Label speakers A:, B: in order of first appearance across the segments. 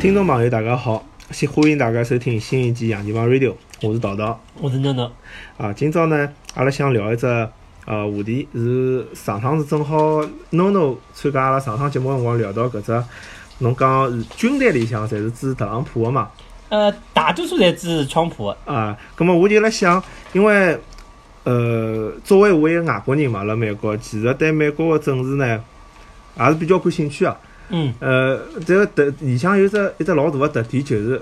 A: 听众朋友，大家好，先欢迎大家收听新一期《洋地方 Radio》，我是桃桃。
B: 我是囡囡，
A: 啊，今朝呢，阿拉想聊一只呃话题，是上趟是正好 NONO 参加阿拉上趟节目的辰光聊到搿只，侬讲是军队里向侪是支特朗普的嘛？
B: 呃，大多数侪支持川普的，
A: 啊，葛么我就辣想，因为呃，作为我一个外国人嘛，辣美国，其实对美国的政治呢，也是比较感兴趣啊。
B: 嗯，
A: 呃，这个特里向有只一只老大个特点，就是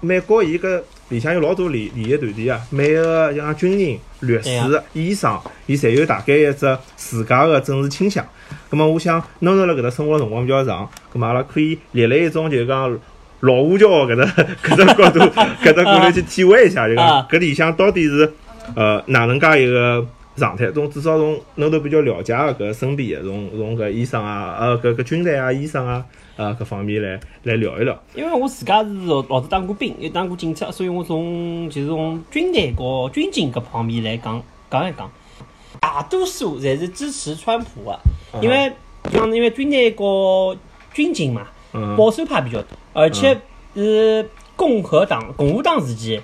A: 美国伊搿里向有老多利利益团体啊，每个像军人、律
B: 对呀
A: 师、医生，伊侪有大概一只自家个政治倾向。咁么，我想侬侬辣搿搭生活的辰光比较长，咁么阿拉可以立了一种就是讲老胡教搿只 搿只角度搿只角度去体会一下，就讲
B: 啊
A: 搿里向到底是呃哪能介一个状态？从至少从侬都比较了解个搿身边个，从从搿医生啊，呃搿搿军队啊、医生啊，呃搿方面来来聊一聊。
B: 因为我自家是老老早当过兵，也当过警察，所以我从就是从军队和军警搿方面来讲讲一讲，大多数侪是支持川普的，因为像因为军队和军警嘛，
A: 嗯
B: 保守派比较多，而且是共和党、共和党时期，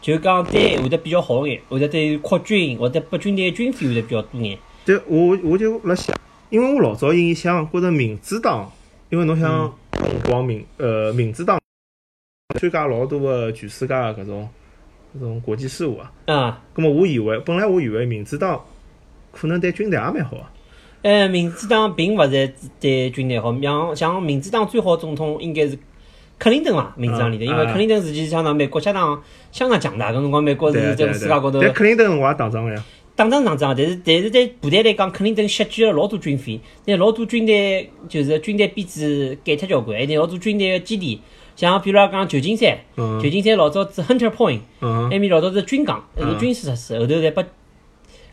B: 就讲对会得比较好眼，会得对扩军，会得拨军队军费会得比较多眼。
A: 对，我我就辣想，因为我老早印象觉着民主党，因为侬
B: 嗯
A: 想辰光民呃民主党参加老多个全世界个搿种搿种国际事务啊。
B: 啊，
A: 咁么我以为本来我以为民主党可能对军队也蛮好啊。
B: 呃，民主党并勿是对军队好，像像民主党最好的总统应该是克林顿嘛，民主党里头，
A: 嗯
B: 因为
A: 嗯
B: 克林顿时期相当美国相当相当强大，搿辰光美国
A: 对啊对
B: 是这
A: 啊
B: 个世界
A: 对啊
B: 高头
A: 但克林顿我也打仗了呀。
B: 打仗打仗，但是但是对部队来讲，克林顿削减了老多军费，拿老多军队就是军队编制改脱交关，还哎拿老多军队的基地，像比如讲旧金山，
A: 嗯
B: 旧金山老早子 Hunter Point，
A: 嗯，
B: 埃面老早子军港，是
A: 嗯
B: 军事设施，后头侪拨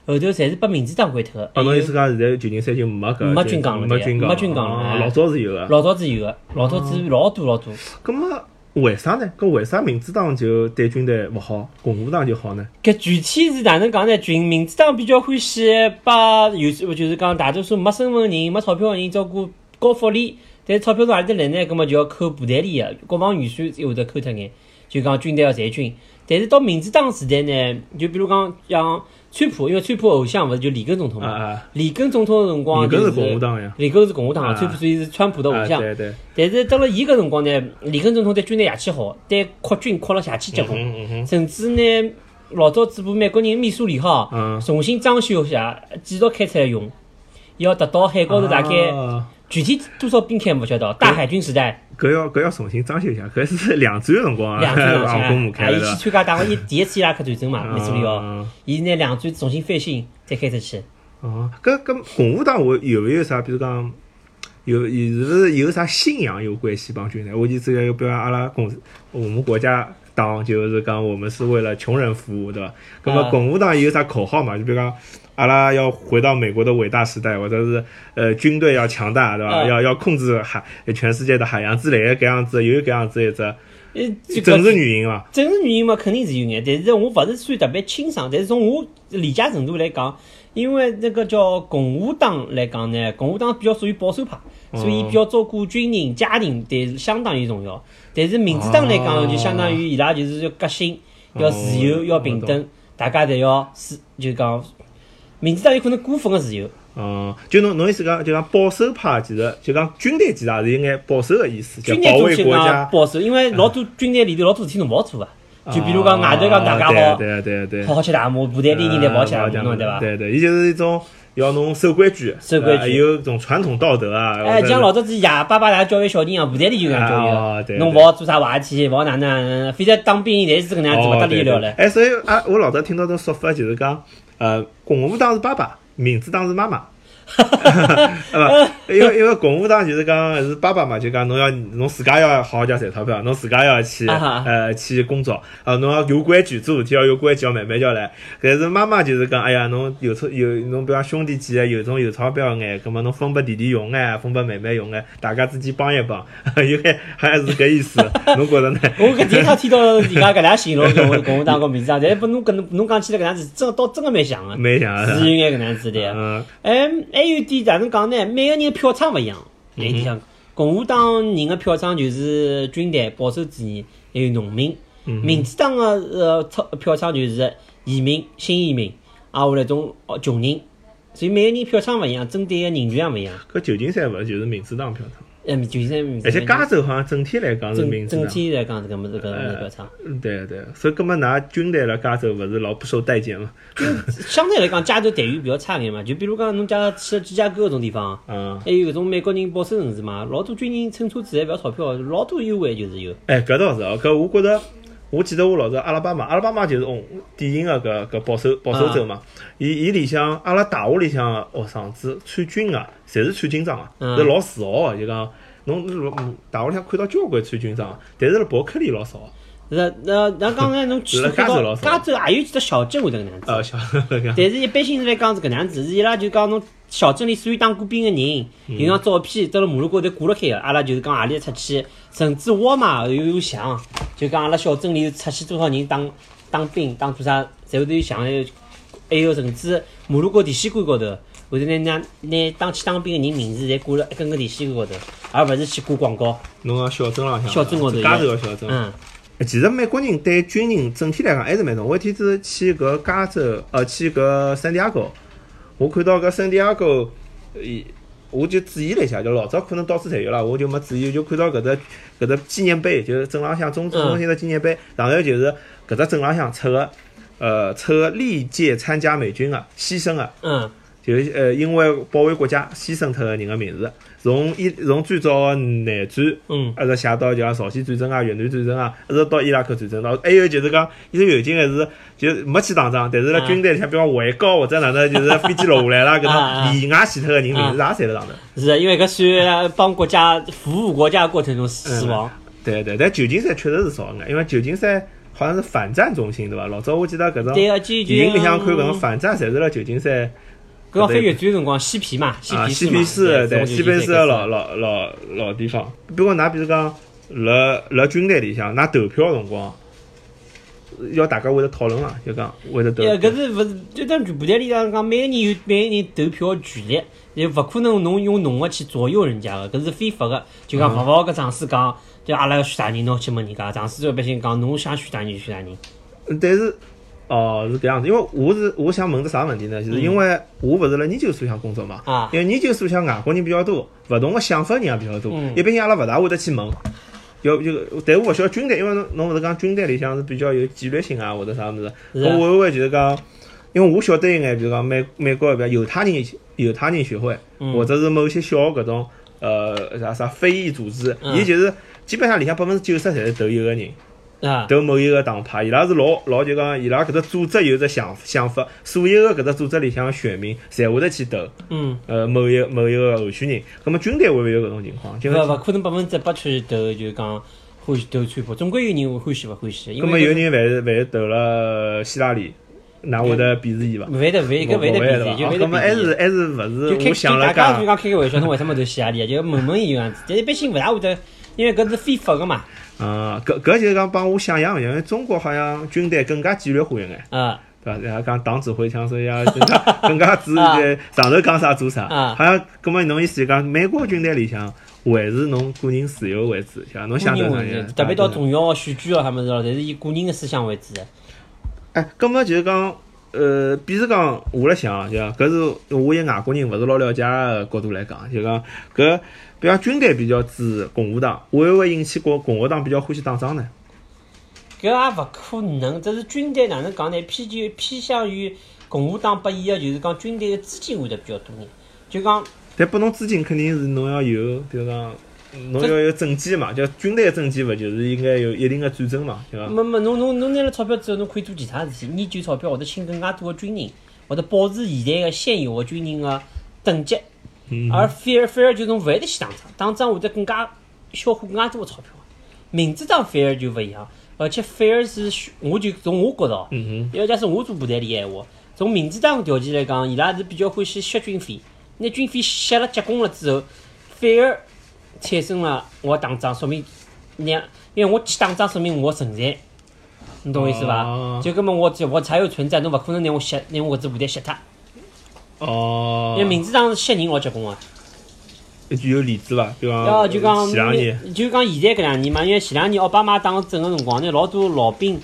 B: 后头侪是拨民主党归脱的。
A: 哦，侬
B: 还
A: 意
B: 有
A: 思讲现在旧金山就没搿
B: 没
A: 军
B: 军港了
A: 没
B: 对
A: 军港，
B: 没军港了
A: 哦
B: 哎
A: 老早是有个。
B: 老早子有个，老早子老多老多。
A: 咁么为啥呢？搿为啥民主党就对军队勿好，共和党就好呢？
B: 搿具体是哪能讲呢？群民主党比较欢喜把有时就是讲大多数没身份人、没钞票的人照顾高福利，但是钞票从何里搭来呢？葛末就要扣部队里个国防预算又会得扣脱眼，就讲军队要裁军。但是到民主党时代呢，就比如讲像川普，因为川普偶像勿是就里根总统
A: 啊
B: 嘛，
A: 啊，
B: 里根总统个辰光
A: 你
B: 就
A: 搿
B: 是
A: 是共和党呀。
B: 里根是共和党
A: 啊
B: 的，川普所以是川普的偶
A: 啊，
B: 像。
A: 对对。
B: 但是到了伊搿辰光呢，里根总统对军队邪气好，对扩军扩了邪气结棍。
A: 嗯嗯
B: 甚至呢，老早子部美国人密苏里哈，
A: 嗯
B: 重新装修一下，继续开出来用，要达到海高头大概
A: 啊
B: 具体多少兵开勿晓得，大海军时代
A: 搿要搿要重新装修一下，搿是两战的辰光啊，
B: 两战
A: 航空母
B: 战，
A: 开
B: 啊，伊
A: 了
B: 去
A: 是吧
B: 参加打 了一第一次伊拉克战争嘛，密苏里哈，
A: 啊
B: 哦伊拿两战重新翻新再开出去。
A: 哦，搿搿共和党我有没有啥，比如讲，有有是不是有啥信仰有关系帮军队？我就这个，比如讲阿拉共我们国家党就是讲我们是为了穷人服务，对吧？那么
B: 啊
A: 共和党有啥口号嘛？就比如讲。阿拉要回到美国的伟大时代，或者是呃军队要强大，对吧？
B: 嗯
A: 要要控制海全世界的海洋之类的，搿样子有搿样子一只
B: 呃，这个
A: 政治原因伐？
B: 政治原因嘛，肯定是有眼，但是我勿是算特别清爽，但是从我理解程度来讲，因为那个叫共和党来讲呢，共和党比较属于保守派，
A: 嗯
B: 所以比较照顾军人、家庭，对相当于重要。但是民主党来
A: 啊
B: 讲，就相当于伊拉就是要革新，
A: 嗯
B: 要自由，要平等，大家侪要是就讲，民主党有可能过分个自由，
A: 嗯，就侬侬意思讲，就讲保守派，其实就讲军队，其实也是有眼保守的意思，就
B: 军
A: 保
B: 队
A: 卫
B: 中心
A: 国家
B: 讲。啊保守，因为老多军队里头老多事体侬勿好做啊，就比如讲外头
A: 头
B: 讲大家好
A: 对啊对啊对啊
B: 好
A: 对啊，
B: 好吃大麻，部队里人侪勿好吃大
A: 好
B: 麻，侬对伐？
A: 对对，伊就是一种要侬守规矩，
B: 守规矩
A: 呃有一种传统道德啊。
B: 哎，
A: 或者
B: 像老早子爷爸爸来教育小人啊，部队里就搿样
A: 啊
B: 教
A: 对
B: 育，侬勿好做啥坏事体，勿好哪能哪能，反正当兵侪是搿能 样子，勿
A: 哦
B: 得
A: 对
B: 了了
A: 对
B: 嘞。
A: 哎，所以啊，我老早听到种说法就是讲，呃，共和党是爸爸，民主党是妈 妈。啊，不因为因为共和党就是讲是爸爸嘛，就讲侬要侬自家要好好家赚钞票，侬自家要去
B: 啊哈
A: 呃去工作，啊，侬要有规矩，做事体要有规矩，要慢慢叫来。但是妈妈就是讲，哎呀，侬有钞有侬，比方兄弟几个啊有种有钞票眼，葛么侬分拨弟弟用眼，分拨妹妹用眼，大家之间帮一帮， 有眼好像是搿意思，侬觉着呢？
B: 我搿第一趟听到人家搿能样形容共共和党和民主党，但是拨侬搿能侬讲起来搿能样子，真的倒真个蛮像个，
A: 没想啊
B: 是有眼搿能样子的。
A: 嗯，嗯
B: 哎，还有一点哪能讲呢？每个人票仓勿一样，哪一点像？共和党人的票仓就是军队、保守主义，还有农民。
A: 嗯
B: 民主党的呃钞票仓就是移民、新移民，啊，或者种哦穷人。所以每个人票仓勿一样，针对的人群也勿一样。
A: 搿旧金山勿是就是民主党票仓，
B: 哎，就是在
A: 而且加州好像整体来讲是民啊
B: 整
A: 主
B: 整
A: 党。
B: 体来讲，这个么子搿个票仓，
A: 嗯对对，所以搿么㑚军队辣加州勿是老不受待见嘛？
B: 相对来讲，加州待遇比较差眼嘛。就比如讲，侬假如去了芝加哥搿种地方，
A: 嗯，
B: 还有搿种美国人保守城市嘛，老多军人乘车子还勿要钞票，老多优惠就是有。
A: 哎，搿倒是哦，搿我觉着，我记得我老早阿拉巴马，阿拉巴马就是哦典型的搿搿保守保守
B: 啊
A: 州嘛。伊伊里向阿拉大学里向的学生子穿军的，侪是穿军装的，
B: 嗯
A: 是老自豪的。就讲侬嗯大学里向看到交关穿军装的，但是辣伯克利老少。啊
B: 那那那刚才侬去
A: 辣加
B: 看
A: 州
B: 到
A: 老少
B: 加州也有几只小镇会得搿能样子，
A: 呃，像搿
B: 但是一般性是来讲是搿能样子，是伊拉就讲侬小镇里所有当过兵的
A: 嗯
B: 人，有张照片到了马路高头挂辣海个，阿拉就是讲何里出去，甚至沃尔玛有有像，就讲阿拉小镇里有出去多少人当当兵当做啥，侪会得有像，还有还有甚至马路高电线杆高头。会得拿拿拿当去当兵的人名字侪挂辣一根根电线杆高头，而勿是去挂广告。
A: 侬讲小镇浪向，
B: 小镇高头
A: 加州个小镇。
B: 嗯，
A: 其实美国人对军人整体来讲还是蛮重。我一天子去搿加州，呃，去搿圣地亚哥，我看到搿圣地亚哥，呃，我就注意了一下，就老早可能到处侪有啦，我就没注意，就看到搿只搿只纪念碑，就是镇浪向中市中心的纪念碑，上头就是搿只镇浪向出个，呃，出个历届参加美军的牺牲的。
B: 嗯，
A: 就是呃，因为保卫国家牺牲脱个人个名字，从一从最早个南战，
B: 嗯
A: 一直写到就讲朝鲜战争啊、越南战争啊，一直到伊拉克战争，然后还有就是讲，伊是有劲个是，就是没去打仗，但是辣
B: 啊
A: 军队里向，比方围剿或者哪能，就是飞机落下来啦，搿
B: 啊啊
A: 种意外死脱个人名字也侪辣上头。
B: 是的因为搿算呃帮国家服务国家的过程中死亡。
A: 对对，但旧金山确实是少啊眼，因为旧金山好像是反战中心对伐？老早我记得搿种
B: 对啊个，就就
A: 电影里向看搿
B: 搿
A: 种反战，侪是辣旧金山。
B: 搿个翻越转辰光，嬉皮嘛，嬉
A: 啊，
B: 皮
A: 嬉
B: 嘛
A: 皮士
B: 对
A: 对，嬉皮士个老老
B: 了。
A: 老老地方。比如讲，㑚比如讲，辣辣军队里向，㑚投票个辰光，要大家会得讨论啊，就讲会得投
B: 呃，
A: 票。
B: 搿是勿是就当全部队里向讲，每个人有每个人投票的权利，也勿可能侬用侬个去左右人家个，搿是非法个。就讲勿好搿上司讲，就阿拉要选啥人，侬去问人家。上司就一般性讲，侬想选啥人就选啥人。
A: 但是，哦，是搿样子，因为我是我想问个啥问题呢？就是因为我勿是辣研究所里向工作嘛
B: 啊，
A: 因为研究所里向外国人比较多，勿同个想法人也比较多
B: 嗯，
A: 一般性阿拉勿大会得去问。要就，但我勿晓得军队，因为侬侬勿是讲军队里向是比较有纪律性啊，或者啥物事。
B: 是
A: 我
B: 啊
A: 会不会就是讲，因为我晓得一眼，比如讲美美国比如犹太人犹太人学会，
B: 嗯
A: 或者是某些小搿种呃啥啥非裔组织，
B: 嗯
A: 伊就是基本上里向百分之九十侪是投一个人，
B: 啊，
A: 投某一个党派，伊拉是老老就讲伊拉搿只组织有只想想法，所有个搿只组织里向的选民侪会得去投
B: 嗯，
A: 呃某一某一个候选人。葛么军队会勿会有搿种情况？就
B: 勿
A: 是
B: 勿可能百分之百去投，就讲欢喜投川普，总归有人会欢喜勿欢喜。因
A: 葛么
B: 为
A: 有人万一万一投了希拉里，㑚会得鄙视伊伐？
B: 勿会得，勿会，搿勿会得
A: 会
B: 比
A: 伐？
B: 例，就勿会
A: 葛
B: 得
A: 啊么
B: 比
A: 还
B: 例
A: 是。还是勿
B: 就开
A: 是我想了
B: 就大家
A: 讲
B: 就。讲开个玩笑，侬为什么投希拉里啊？就问问伊样子，但一般性勿大会得，因为搿是非法个嘛，
A: 啊，搿搿就是讲帮我想象一样，因为中国好像军队更加纪律化一眼，
B: 啊
A: 对伐？人家讲党指挥枪声呀，更加更加 注意点上头讲啥做啥。
B: 啊
A: 好像搿么侬意思就讲，美国军队里向还是侬个人自由为主，像侬
B: 个
A: 想
B: 人
A: 到啥啊
B: 问
A: 样
B: 题，特别到。重要个选举哦，啥物事哦，侪是以个人个思想为主的。
A: 哎，搿么就是讲。呃，比如讲，我辣想啊，就讲搿是我一外国人勿是老了解个角度来讲，就讲搿，比方军队比较支持共和党，会勿会引起共共和党比较欢喜打仗呢？
B: 搿也勿可能，只是军队哪能讲呢？偏就偏向于共和党拨伊个，就是讲军队个资金会得比较多眼，就讲
A: 但拨侬资金肯定是侬要有，比如讲，侬要有政绩嘛，就军队的政绩勿就是应该有一定的战争嘛，对伐？
B: 没没，侬侬侬拿了钞票之后，侬可以做其他事体，研究钞票或者请更加多的军人，或者保持现在的现有的军人的等级。而反而反而就侬勿会得去打仗，打仗会得更加消耗更加多的钞票。民主党反而就勿一样，而且反而是需我就从我觉着哦，
A: 嗯
B: 要假使我做部队里闲话，从民主党条件来讲，伊拉是比较欢喜削军费，拿军费削了结棍了之后，反而产生了我要打仗，说明让因为我去打仗，说明我存在，你懂我意思伐？
A: 哦
B: 就搿么我只我才有存在，侬勿可能拿我削，拿我搿支部队削脱，
A: 哼，哦
B: 因为，民主党是削人老结棍个。
A: 一句有例子伐？比方
B: 啊要就讲
A: 前两年，
B: 就讲现在搿两年嘛，因为前两年奥巴马当政个辰光呢，老多老兵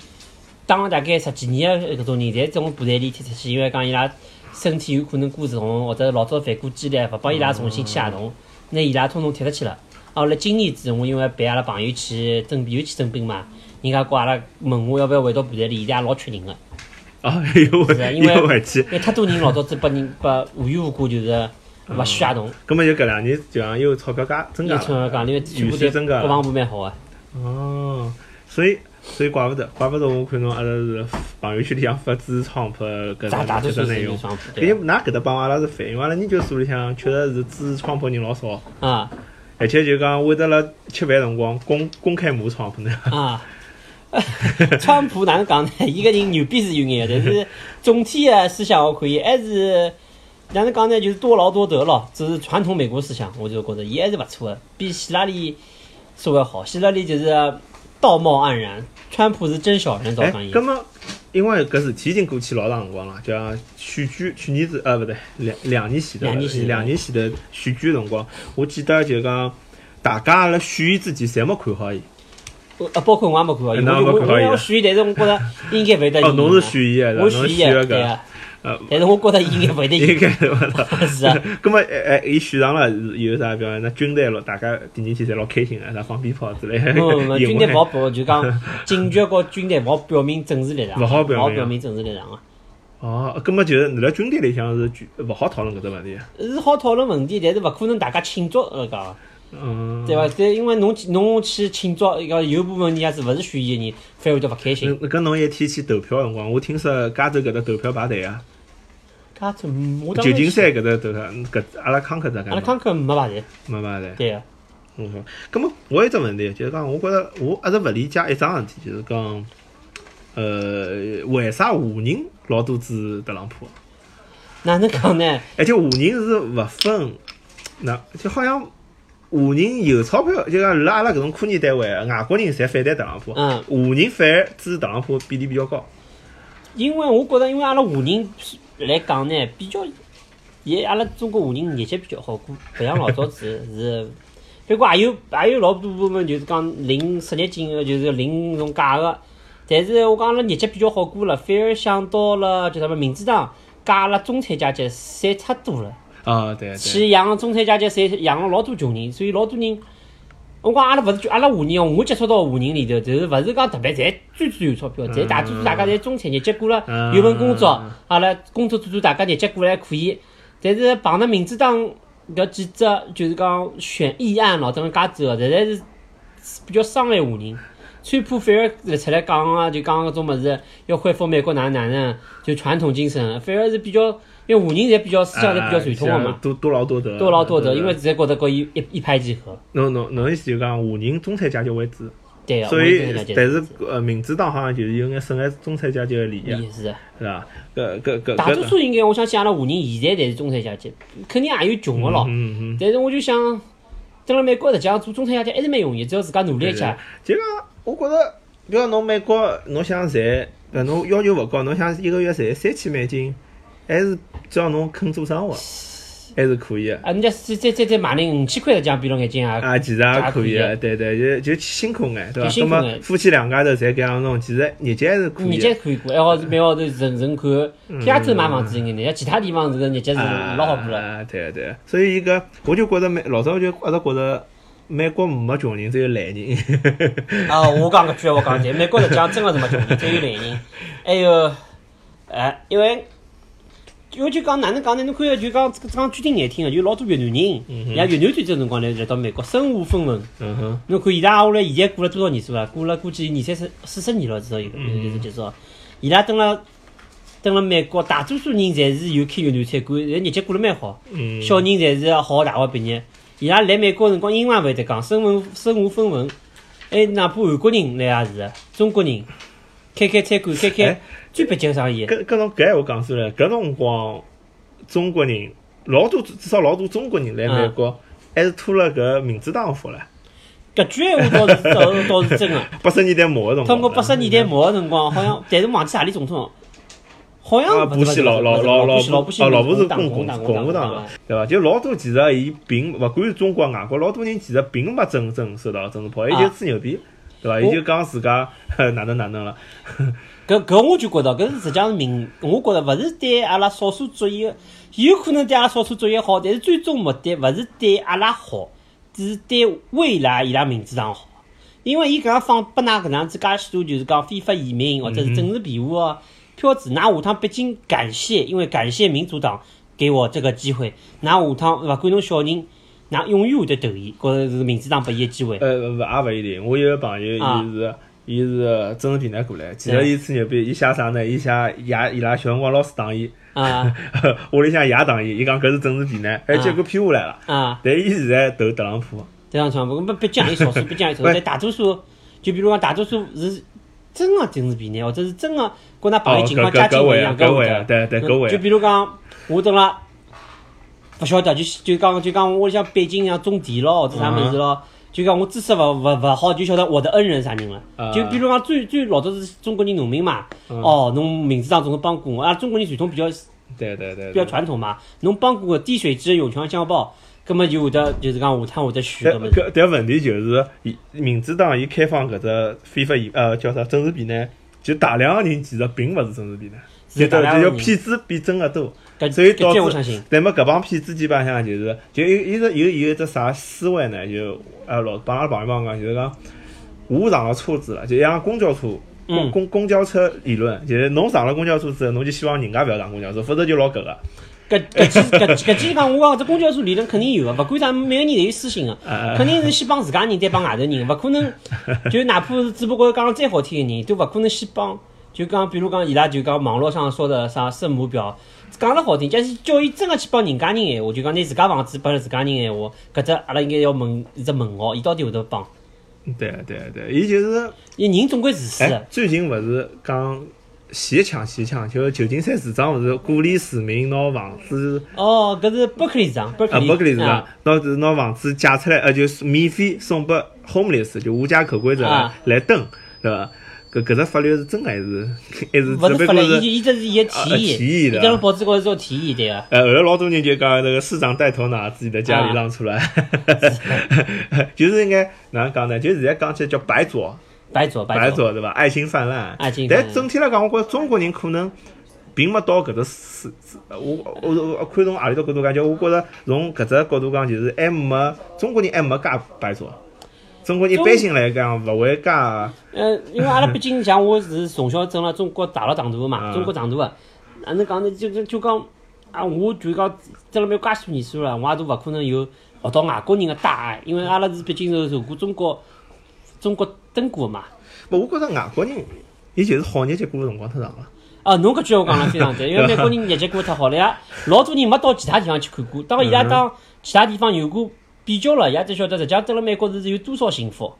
B: 当了大概十几年的搿种人，侪从部队里踢出去，因为讲伊拉身体有可能过重，或者老早犯过激烈，勿帮伊拉重新去合
A: 嗯
B: 同，拿伊拉统统踢出去了。啊，辣今年子，我因为陪阿拉朋友去征兵，又去征兵嘛，人家告阿拉问我要不要回到部队里，现在也老缺人个，
A: 啊，又
B: 是啊
A: 回
B: 因为
A: 又回去，
B: 因为太多人老早子拨人拨无缘无故就是
A: 嗯
B: 勿续合同，
A: 根本就搿两年就像又钞票价增
B: 一
A: 加
B: 村
A: 了。
B: 儿讲，因为全部
A: 预
B: 对
A: 算增加了
B: 国防部蛮好个、
A: 哦，所以所以怪勿得，怪勿得我看侬阿拉是朋友圈里向发支创普搿
B: 大大
A: 种
B: 多
A: 搿
B: 数
A: 种
B: 是
A: 内
B: 有
A: 容。
B: 双
A: 因为㑚搿搭帮阿拉是反，因为阿拉研究所里向确实是支持创普人老少，
B: 啊
A: 而且就讲会得辣吃饭辰光公公开骂创普呢。
B: 啊！ 川普哪能讲呢？伊个人牛逼是有 眼的，但是总体的思想我可以还是哪能讲呢？就是多劳多得咯，这是传统美国思想，我就觉着伊还是勿错的，比希拉里稍微好。希拉里就是道貌岸然，川普是真小人，早
A: 哎
B: 讲伊，
A: 葛么，因为搿事体已经过去老长辰光了，啊就像选举去年子呃，勿对，两两年前头，
B: 两年前头
A: 两年前头选举辰光，我记得就讲大家辣选伊之前，侪没看好伊。
B: 呃包括我也没看好伊，
A: 那
B: 我
A: 没
B: 就
A: 看
B: 我
A: 好伊啊
B: 我选伊，但是我觉着应该勿会得赢
A: 哦，
B: 的。
A: 侬是选伊个，
B: 哎我
A: 侬
B: 选伊
A: 选
B: 的，
A: 了
B: 对
A: 个，
B: 啊
A: 呃。
B: 但是我觉着应该勿会 得
A: 应
B: 赢，
A: 该是勿啦。
B: 是啊。
A: 葛么，哎哎，伊选上了有啥表现？那军队咯，大家第二天侪老开心个，啥放鞭炮之类的。
B: 不 不不，嗯军队勿
A: 勿
B: 好表，就讲警局和军队勿好表明政治立场，
A: 勿
B: 勿
A: 好表明啊
B: 表明政治立场啊。
A: 哦，葛么就是辣军队里向是举勿好讨论搿只问题。
B: 是好讨论问题，但是勿可能大家庆祝搿个，
A: 嗯，
B: 对伐？对，因为侬去侬去庆祝，一个有部分人也是勿是选伊个人，反而会得勿开心。
A: 呃那搿侬一天去投票的辰光，我听说加州搿搭投票排队啊，
B: 加州，我当
A: 旧
B: 时
A: 金山搿搭投票，搿阿拉康克搭搿
B: 阿拉
A: 搭
B: 康克没排队，
A: 没排队。
B: 对啊个，
A: 嗯，葛么我有只问题，就是讲我觉着我一直勿理解一桩事体，就是讲，呃，为啥华人老多支持特朗普啊？
B: 哪能讲呢？
A: 而且华人是勿分，那就好像华人有钞票，就讲辣阿拉搿种科研单位，啊外国人侪反对特朗普，华啊
B: 嗯
A: 人反而支持特朗普比例比较高。
B: 因为我觉着，因为阿拉华人来讲呢，比较，也阿拉中国华人业绩比较好，过不像老早子是。不过也有也有老多部分就是讲领失业金的，就是领搿种假个。但是我讲阿拉业绩比较好过了，反而想到了叫什么民主党加阿拉中产阶级赚太多了，
A: 啊，对对，
B: 去养中产阶级赚养了老多穷人，所以老多人。我讲阿拉勿是就阿拉华人哦，我接触到华人里头，就是勿是讲特别侪最最有钞票，侪大多数大家侪中产，日结过了
A: 嗯
B: 有份工作，阿拉工作做做，大家日结过来可以。但是碰着民主党搿几只就是讲选议案咯，等加州，实在是比较伤害华人。川普反而立出来讲啊，就讲搿种物事要恢复美国哪能哪能，就传统精神，反而是比较，因为华人侪比较思想侪比较传统个
A: 啊
B: 嘛，
A: 多多劳多得，
B: 多劳多得，因为
A: 对
B: 直接觉得搿一一一拍即合。
A: 侬侬侬意思就讲华人中产阶级为主，
B: 对个，
A: 所
B: 我也
A: 以
B: 是了解
A: 但是呃，民主党好像就是有眼损害中产阶级的利益，
B: 也是的，
A: 是吧？搿搿搿
B: 啊大多
A: 搿，
B: 数应该我相信阿拉华人现在侪是中产阶级，肯定也有穷个咯。
A: 嗯嗯，
B: 但是我就想，蹲辣美国实际上做中产阶级还是蛮容易，只要自家努力一下。
A: 就讲我觉着，比如侬美国侬想赚，搿侬要求勿高，侬想一个月赚三千美金，还是只要侬肯做生活，还是可以的。
B: 啊，人家再再再再买零五千块的讲，比侬眼睛啊，
A: 啊，其实也可以的，对对，就就辛苦眼，对伐？那
B: 就辛苦眼
A: 么夫妻两家头侪搿样弄，其实日脚还是可以
B: 日
A: 的
B: 节。可以过，一哦号是每号头存存看。加州买房子应该呢，像其他地方这个日节是
A: 啊，
B: 老好过了。
A: 对个对个，啊所以伊个我就觉着美老早就一直觉着美国没穷人，只有懒人。
B: 啊，我讲搿句闲话讲对，美国实际上真个是没穷人，只有懒人，还有，哎，因为。因为就讲哪能讲呢？侬看就讲这个讲句听难听个，就老多越南人，伊拉越南战争辰光来来到美国，身无分文，
A: 嗯哼，
B: 侬看伊拉后来现在过了多少年数了？过了估计二三十四十年了，至少有有有结束。伊拉蹲了蹲了美国，大多数人侪是有开越南餐馆，人日脚过了蛮好。
A: 嗯，
B: 小人侪是好大学毕业，伊拉来美国辰光英文也勿会得讲，身文身无分文。哎，哪怕韩国人来也是的，中国人开开餐馆，开开
A: 哎
B: 最别个生意。
A: 跟跟侬搿闲话讲出来，搿辰光中国人老多，至少老多中国人来美国，还是拖了搿民主党服了。
B: 搿句闲话倒是倒是倒是真个。
A: 八十年代末个辰光，
B: 通过八十年代末个辰光，好像，但是忘记啥里总统了，好
A: 啊，
B: 像
A: 布
B: 西
A: 希老老老
B: 老
A: 老
B: 老
A: 布
B: 布西
A: 啊，老布
B: 布
A: 是
B: 共
A: 共共
B: 党
A: 共和
B: 和
A: 党
B: 的
A: 个，，对伐？就老多其实伊并勿管是中国外国，老多人其实并没真正受到政治迫害，伊就
B: 啊
A: 吹牛逼，对伐？
B: 我
A: 伊就讲自家 哪能哪能了，
B: 搿搿我就觉得搿是实际上是民，我觉得勿是对阿拉少数族裔，有可能对阿拉少数族裔好，但是最终目的勿是对阿拉好，只是对未来伊拉民主党好。因为伊搿样放拨㑚搿能样子介许多，就是讲非法移民或者是政治庇护个票子，㑚下趟毕竟感谢，因为感谢民主党给我这个机会，㑚下趟勿管侬小人，㑚永远会得投伊，觉着是民主党拨伊个机会。
A: 呃，勿也勿一定。我有个朋友，
B: 啊
A: 伊是伊是政治平台过来，其实
B: 嗯
A: 伊吹牛逼，伊写啥呢？伊写爷伊拉小辰光老师打伊，
B: 啊
A: 屋里向爷打伊，伊讲搿是政治平台，哎，结果批下来了。
B: 啊！
A: 但伊现在投特朗普，
B: 对上讲，不过毕竟也有少数，毕竟也有少数，
A: 喂
B: 但大多数，就比如讲大多数是真个精神病人，或者是真个跟㑚朋友情况
A: 哦搿
B: 家境
A: 搿
B: 勿
A: 位
B: 一
A: 啊
B: 样，
A: 搿
B: 会
A: 位啊
B: 的。
A: 对对搿位啊
B: 就比如讲，我等了，勿晓得，就就讲就讲我像北京像啊种田咯，或者啥物事
A: 啊
B: 咯。就讲我知识勿勿勿好，就晓得我的恩人是啥人了
A: 啊。嗯
B: 就比如讲最最老早是中国人农民嘛，哦，侬民主党总是帮过我啊。中国人传统比较
A: 对对对，
B: 比较
A: 对
B: 传统嘛，侬帮过我滴水之恩，涌泉相报，葛么就会得就是讲下趟会得选搿
A: 但
B: 么
A: 搿但问题就是，伊民主党伊开放搿只非法移呃叫啥政治避难，就大量个人其实并勿是政治避难，
B: 是大量
A: 就
B: 的
A: 要
B: 人呃
A: 骗子比真个多，
B: 搿
A: 所以
B: 搿
A: 导
B: 点我
A: 致
B: 相信。
A: 那么搿帮骗子基本上就是，就有有一有有一只啥思维呢？就呃老帮阿拉朋友帮我讲，就是讲我上了车子了，就像公交车。公
B: 嗯
A: 公公交车理论就是侬上了公交车之后，侬就希望人家勿要上公交车，否则就老搿个。
B: 搿 搿期搿搿期讲，我讲这公交车理论肯定有个，勿管啥，每个人侪有私心个
A: 啊，
B: 肯定是先帮自家人，再帮外头人，勿 可能就哪怕是只不过讲再好听个人，都勿可能先帮。就讲比如讲伊拉就讲网络上说的啥圣母婊，讲了好听，假使叫伊真个去帮人家人的闲话，就讲拿自家房子拨了自家人的闲话，搿只阿拉应该要问一只问号，伊到底会得帮？
A: 对对对，伊就是
B: 伊人总归自私
A: 哎
B: 的，，
A: 最近勿是讲洗抢洗抢，就是旧金山市长勿是鼓励市民拿房子
B: 哦，搿是伯克利市长，伯克
A: 啊，
B: 利，
A: 伯克利市长
B: 啊，
A: 拿拿房子借出来，呃，就是免费送拨 homeless，就无家可归者
B: 啊
A: 来蹲，对伐？搿搿只法律是真还是 还是只
B: 勿是
A: 不过？
B: 发来，伊就是伊这是伊个
A: 啊
B: 提议，
A: 提议的
B: 伊在报纸高头做提议对伐？
A: 呃，后来老多人就讲那个市长带头拿自己的家
B: 啊
A: 里让出来， 就是应该哪能讲呢？就现在讲起来叫白左，
B: 白左，
A: 白
B: 左，
A: 左对伐？爱心泛滥，
B: 爱心泛滥
A: 但整体来讲，我觉着中国人可能并没到搿只水，呃我我我看从何里只角度讲，就我觉着从搿只角度讲，就是还没中国人还没介白左。中国人一般性来讲，勿会介
B: 呃，因为阿拉毕竟像我是从小整了中国大陆长大的嘛，
A: 嗯
B: 中国长大的，哪能讲呢？就就就讲啊，我就讲整了没有介许多年数啊了，我也都勿可能有学到外国人的大爱，因为阿拉是毕竟是受过中国中国蹲过的嘛。
A: 不，我觉着外国人，伊就是好日节过的辰光太长了。
B: 啊，侬搿句话讲了非常对，因为美国人日脚过得太好 了呀，老多人没到其他地方去看过，当伊拉
A: 嗯
B: 当其他地方有过比较了，伊拉才晓得实际上蹲了美国是有多少幸福。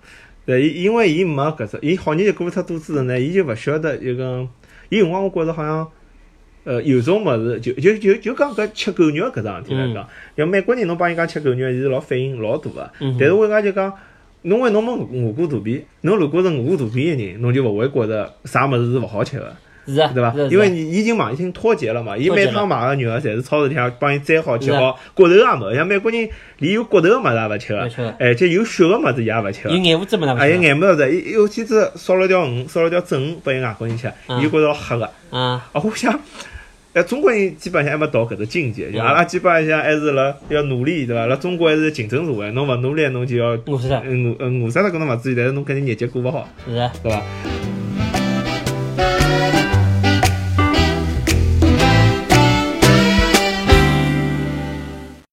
A: 对，伊因为伊没搿只，伊好日节过太多之后呢，伊就勿晓得一个，伊有辰光我觉着好像，呃，有种物事就就就就讲搿吃狗肉搿桩事体
B: 嗯
A: 来讲，像美国人侬帮伊讲吃狗肉，伊是老反应老大个，
B: 嗯哼
A: 但是我讲就讲。侬为侬没饿过肚皮，侬如果是饿过肚皮个人，侬就勿会觉着啥物事是勿好吃个，
B: 是啊，
A: 对伐
B: 是啊？
A: 因为
B: 是啊
A: 你已经网已经脱节了嘛，伊
B: 脱节
A: 每
B: 了
A: 趟买个肉，侪是超市里向帮伊摘好切
B: 是啊
A: 好，骨头也没，像美国人连有骨头个物事也勿吃
B: 勿
A: 个
B: 吃个，
A: 而且有血个物事伊也勿吃个
B: 有。眼胡子没那
A: 啊，有
B: 勿
A: 眼没得，伊尤其是烧了条鱼，烧了条整鱼拨伊外国人吃，
B: 嗯
A: 伊觉着老吓个。啊，
B: 啊，
A: 我想，哎，中国人基本上还没到搿只境界，就阿拉基本上还是辣要努力，对伐？辣中国还是竞争社会，侬勿努力，侬就要
B: 我是的。
A: 饿呃
B: 啊
A: 饿死了搿能勿至于，但是侬肯定日节过勿好，
B: 是啊。
A: 对伐？